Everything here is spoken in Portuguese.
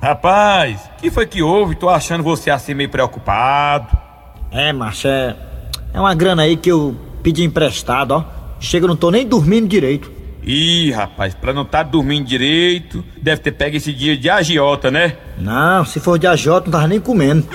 Rapaz, que foi que houve? Tô achando você assim meio preocupado. É, macho, é, é uma grana aí que eu pedi emprestado, ó. Chega, eu não tô nem dormindo direito. Ih, rapaz, pra não tá dormindo direito, deve ter pego esse dia de agiota, né? Não, se for de agiota, não tava nem comendo.